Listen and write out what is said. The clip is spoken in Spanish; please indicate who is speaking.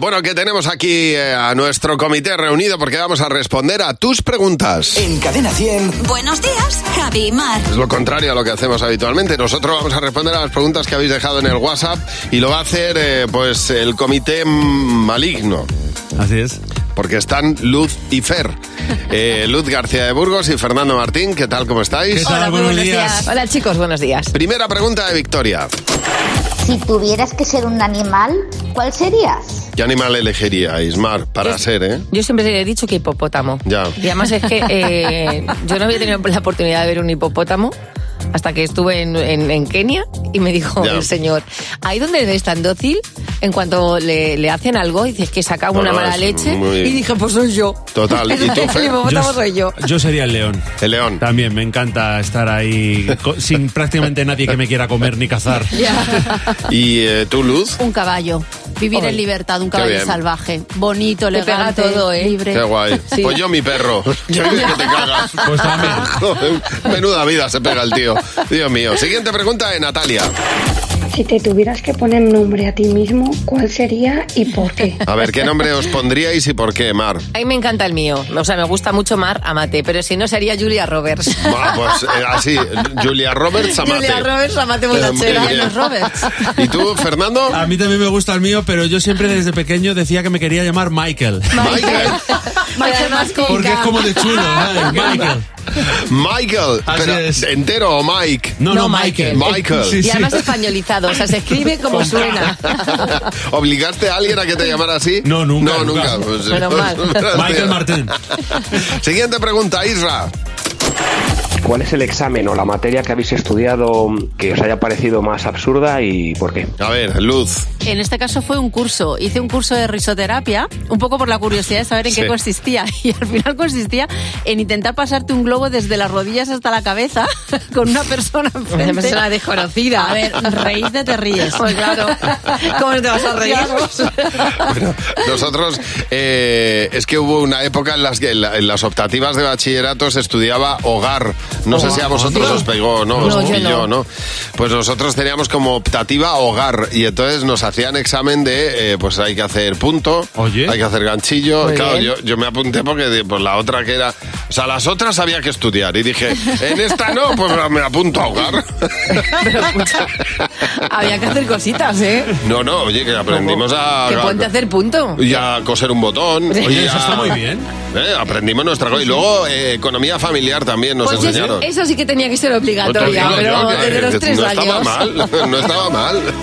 Speaker 1: Bueno, que tenemos aquí eh, a nuestro comité reunido porque vamos a responder a tus preguntas.
Speaker 2: En Cadena 100.
Speaker 3: Buenos días, Javi y Mar.
Speaker 1: Es lo contrario a lo que hacemos habitualmente. Nosotros vamos a responder a las preguntas que habéis dejado en el WhatsApp y lo va a hacer eh, pues el comité maligno.
Speaker 4: Así es.
Speaker 1: Porque están Luz y Fer. Eh, Luz García de Burgos y Fernando Martín, ¿qué tal? ¿Cómo estáis?
Speaker 4: ¿Qué tal? Hola, muy buenos días.
Speaker 5: Hola chicos, buenos días.
Speaker 1: Primera pregunta de Victoria.
Speaker 6: Si tuvieras que ser un animal, ¿cuál serías?
Speaker 1: ¿Qué animal elegiría, Ismar, para ser, eh?
Speaker 5: Yo siempre he dicho que hipopótamo.
Speaker 1: Ya.
Speaker 5: Y además es que eh, yo no había tenido la oportunidad de ver un hipopótamo hasta que estuve en, en- en Kenia y me dijo
Speaker 1: Ya.
Speaker 5: el señor, ahí donde eres tan dócil, en cuanto le, le hacen algo, dices que saca
Speaker 1: No,
Speaker 5: una
Speaker 1: no,
Speaker 5: mala
Speaker 1: es
Speaker 5: leche
Speaker 1: muy-
Speaker 5: y dije, pues soy yo.
Speaker 1: Total. ¿Y tú,
Speaker 5: el
Speaker 1: Fer?
Speaker 5: hipopótamo soy yo.
Speaker 4: Yo sería el león.
Speaker 1: El león.
Speaker 4: También me encanta estar ahí co- sin prácticamente nadie que me quiera comer ni cazar.
Speaker 1: ¿Y eh, tú, Luz?
Speaker 7: Un caballo. Vivir
Speaker 5: Hombre,
Speaker 7: en libertad, un
Speaker 1: qué
Speaker 7: caballo
Speaker 1: bien.
Speaker 7: salvaje. Bonito,
Speaker 5: Te pega
Speaker 7: elegante,
Speaker 5: todo, ¿eh?
Speaker 7: libre.
Speaker 1: Qué guay.
Speaker 5: Sí.
Speaker 1: Pues yo mi perro. Ya ves que te cagas.
Speaker 4: Pues también.
Speaker 1: Joder, Menuda vida se pega el tío. Dios mío. Siguiente pregunta de Natalia.
Speaker 8: Si te tuvieras que poner nombre a ti mismo, ¿cuál sería y por qué?
Speaker 1: A ver, ¿qué nombre os pondríais y por qué, Mar?
Speaker 5: A mí me encanta el mío. O sea, me gusta mucho Mar Amate, pero si no sería Julia Roberts.
Speaker 1: Bueno, pues eh, así, Julia Roberts Amate.
Speaker 5: Julia Roberts Amate
Speaker 1: Eh, muy
Speaker 5: Bonachera.
Speaker 1: bien.
Speaker 7: los Roberts.
Speaker 1: ¿Y tú, Fernando?
Speaker 4: A mí también me gusta el mío, pero yo siempre desde pequeño decía que me quería llamar Michael.
Speaker 1: Michael.
Speaker 5: Michael Mascota.
Speaker 4: Porque es como de chulo, ¿sabes? Michael.
Speaker 1: Michael.
Speaker 4: Así
Speaker 1: Pero,
Speaker 4: es.
Speaker 1: ¿Entero o Mike?
Speaker 4: No, no,
Speaker 5: No, Michael.
Speaker 4: Michael.
Speaker 1: Michael.
Speaker 4: Sí,
Speaker 5: Y
Speaker 4: sí.
Speaker 5: además españolizado, o sea, se escribe como suena.
Speaker 1: ¿Obligaste a alguien a que te llamara así?
Speaker 4: No, nunca,
Speaker 1: No, nunca.
Speaker 4: nunca.
Speaker 1: Pues,
Speaker 5: Menos mal.
Speaker 4: Michael Martín.
Speaker 1: Siguiente pregunta, Isra.
Speaker 9: ¿Cuál es el examen o la materia que habéis estudiado que os haya parecido más absurda y por qué?
Speaker 1: A ver, Luz.
Speaker 7: En este caso fue un curso. Hice un curso de risoterapia, un poco por la curiosidad de saber en
Speaker 1: Sí.
Speaker 7: qué consistía. Y al final consistía en intentar pasarte un globo desde las rodillas hasta la cabeza con una persona enfrente.
Speaker 5: Una persona desconocida.
Speaker 7: A ver, reírte te ríes. pues.
Speaker 5: Pues claro. ¿Cómo no te vas a reír?
Speaker 1: Bueno, nosotros eh, es que hubo una época en las que en, la- en las optativas de bachillerato se estudiaba hogar. No sé si a vosotros os pegó, no, os
Speaker 5: No, yo
Speaker 1: pilló,
Speaker 5: no.
Speaker 1: ¿no? Pues nosotros teníamos como optativa hogar y entonces nos hacían examen de eh, pues hay que hacer punto,
Speaker 4: Oye.
Speaker 1: hay que hacer ganchillo.
Speaker 5: Muy
Speaker 1: claro,
Speaker 5: bien.
Speaker 1: yo, yo me apunté porque di- pues, la otra que era, o sea, las otras había que estudiar y dije, en esta no, pues me apunto a hogar.
Speaker 5: Pero escucha, había que hacer cositas, ¿eh?
Speaker 1: No, no, oye, que aprendimos a
Speaker 5: Que ponte a hacer punto.
Speaker 1: y a coser un botón.
Speaker 4: Oye,
Speaker 1: y
Speaker 4: eso
Speaker 1: a-
Speaker 4: está muy bien.
Speaker 1: Eh, aprendimos nuestra cosa. Y luego eh, economía familiar también nos
Speaker 5: Pues eso,
Speaker 1: enseñaron.
Speaker 5: eso sí que tenía que ser
Speaker 1: No te
Speaker 5: obligatoria,
Speaker 1: digo
Speaker 5: pero
Speaker 1: yo, que
Speaker 5: desde los tres
Speaker 1: no
Speaker 5: años.
Speaker 1: estaba mal, no estaba mal.